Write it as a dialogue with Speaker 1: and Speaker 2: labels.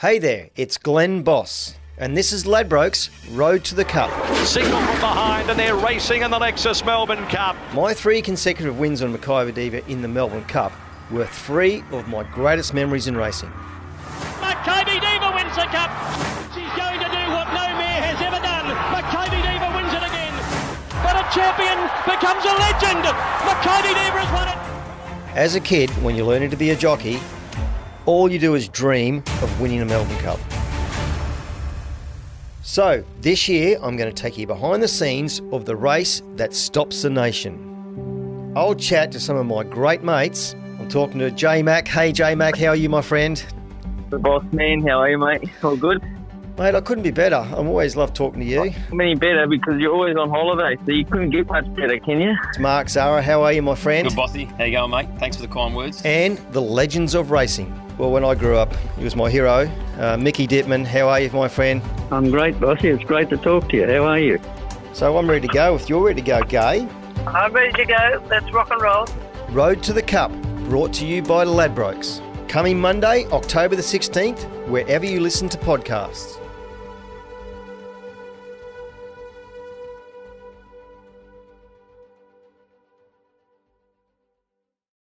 Speaker 1: Hey there, it's Glenn Boss, and this is Ladbroke's Road to the Cup.
Speaker 2: Signal from behind, and they're racing in the Lexus Melbourne Cup.
Speaker 1: My three consecutive wins on Mackay Diva in the Melbourne Cup were three of my greatest memories in racing.
Speaker 3: Maccabi Diva wins the cup. She's going to do what no mayor has ever done. Maccabi Diva wins it again. But a champion becomes a legend. Maccabi Diva has won it.
Speaker 1: As a kid, when you're learning to be a jockey, all you do is dream of winning a Melbourne Cup. So, this year I'm going to take you behind the scenes of the race that stops the nation. I'll chat to some of my great mates. I'm talking to J Mac. Hey J Mac, how are you, my friend?
Speaker 4: The boss man, how are you, mate? All good?
Speaker 1: Mate, I couldn't be better. I'm always love talking to you.
Speaker 4: I mean, better because you're always on holiday, so you couldn't get much better, can you?
Speaker 1: It's Mark Zara. How are you, my friend?
Speaker 5: Good bossy. How you going, mate? Thanks for the kind words.
Speaker 1: and the legends of racing. Well, when I grew up, he was my hero. Uh, Mickey Dittman, how are you, my friend?
Speaker 4: I'm great, bossy. It's great to talk to you. How are you?
Speaker 1: So I'm ready to go. If you're ready to go, Gay,
Speaker 6: I'm ready to go. Let's rock and roll.
Speaker 1: Road to the Cup, brought to you by Ladbrokes. Coming Monday, October the 16th, wherever you listen to podcasts.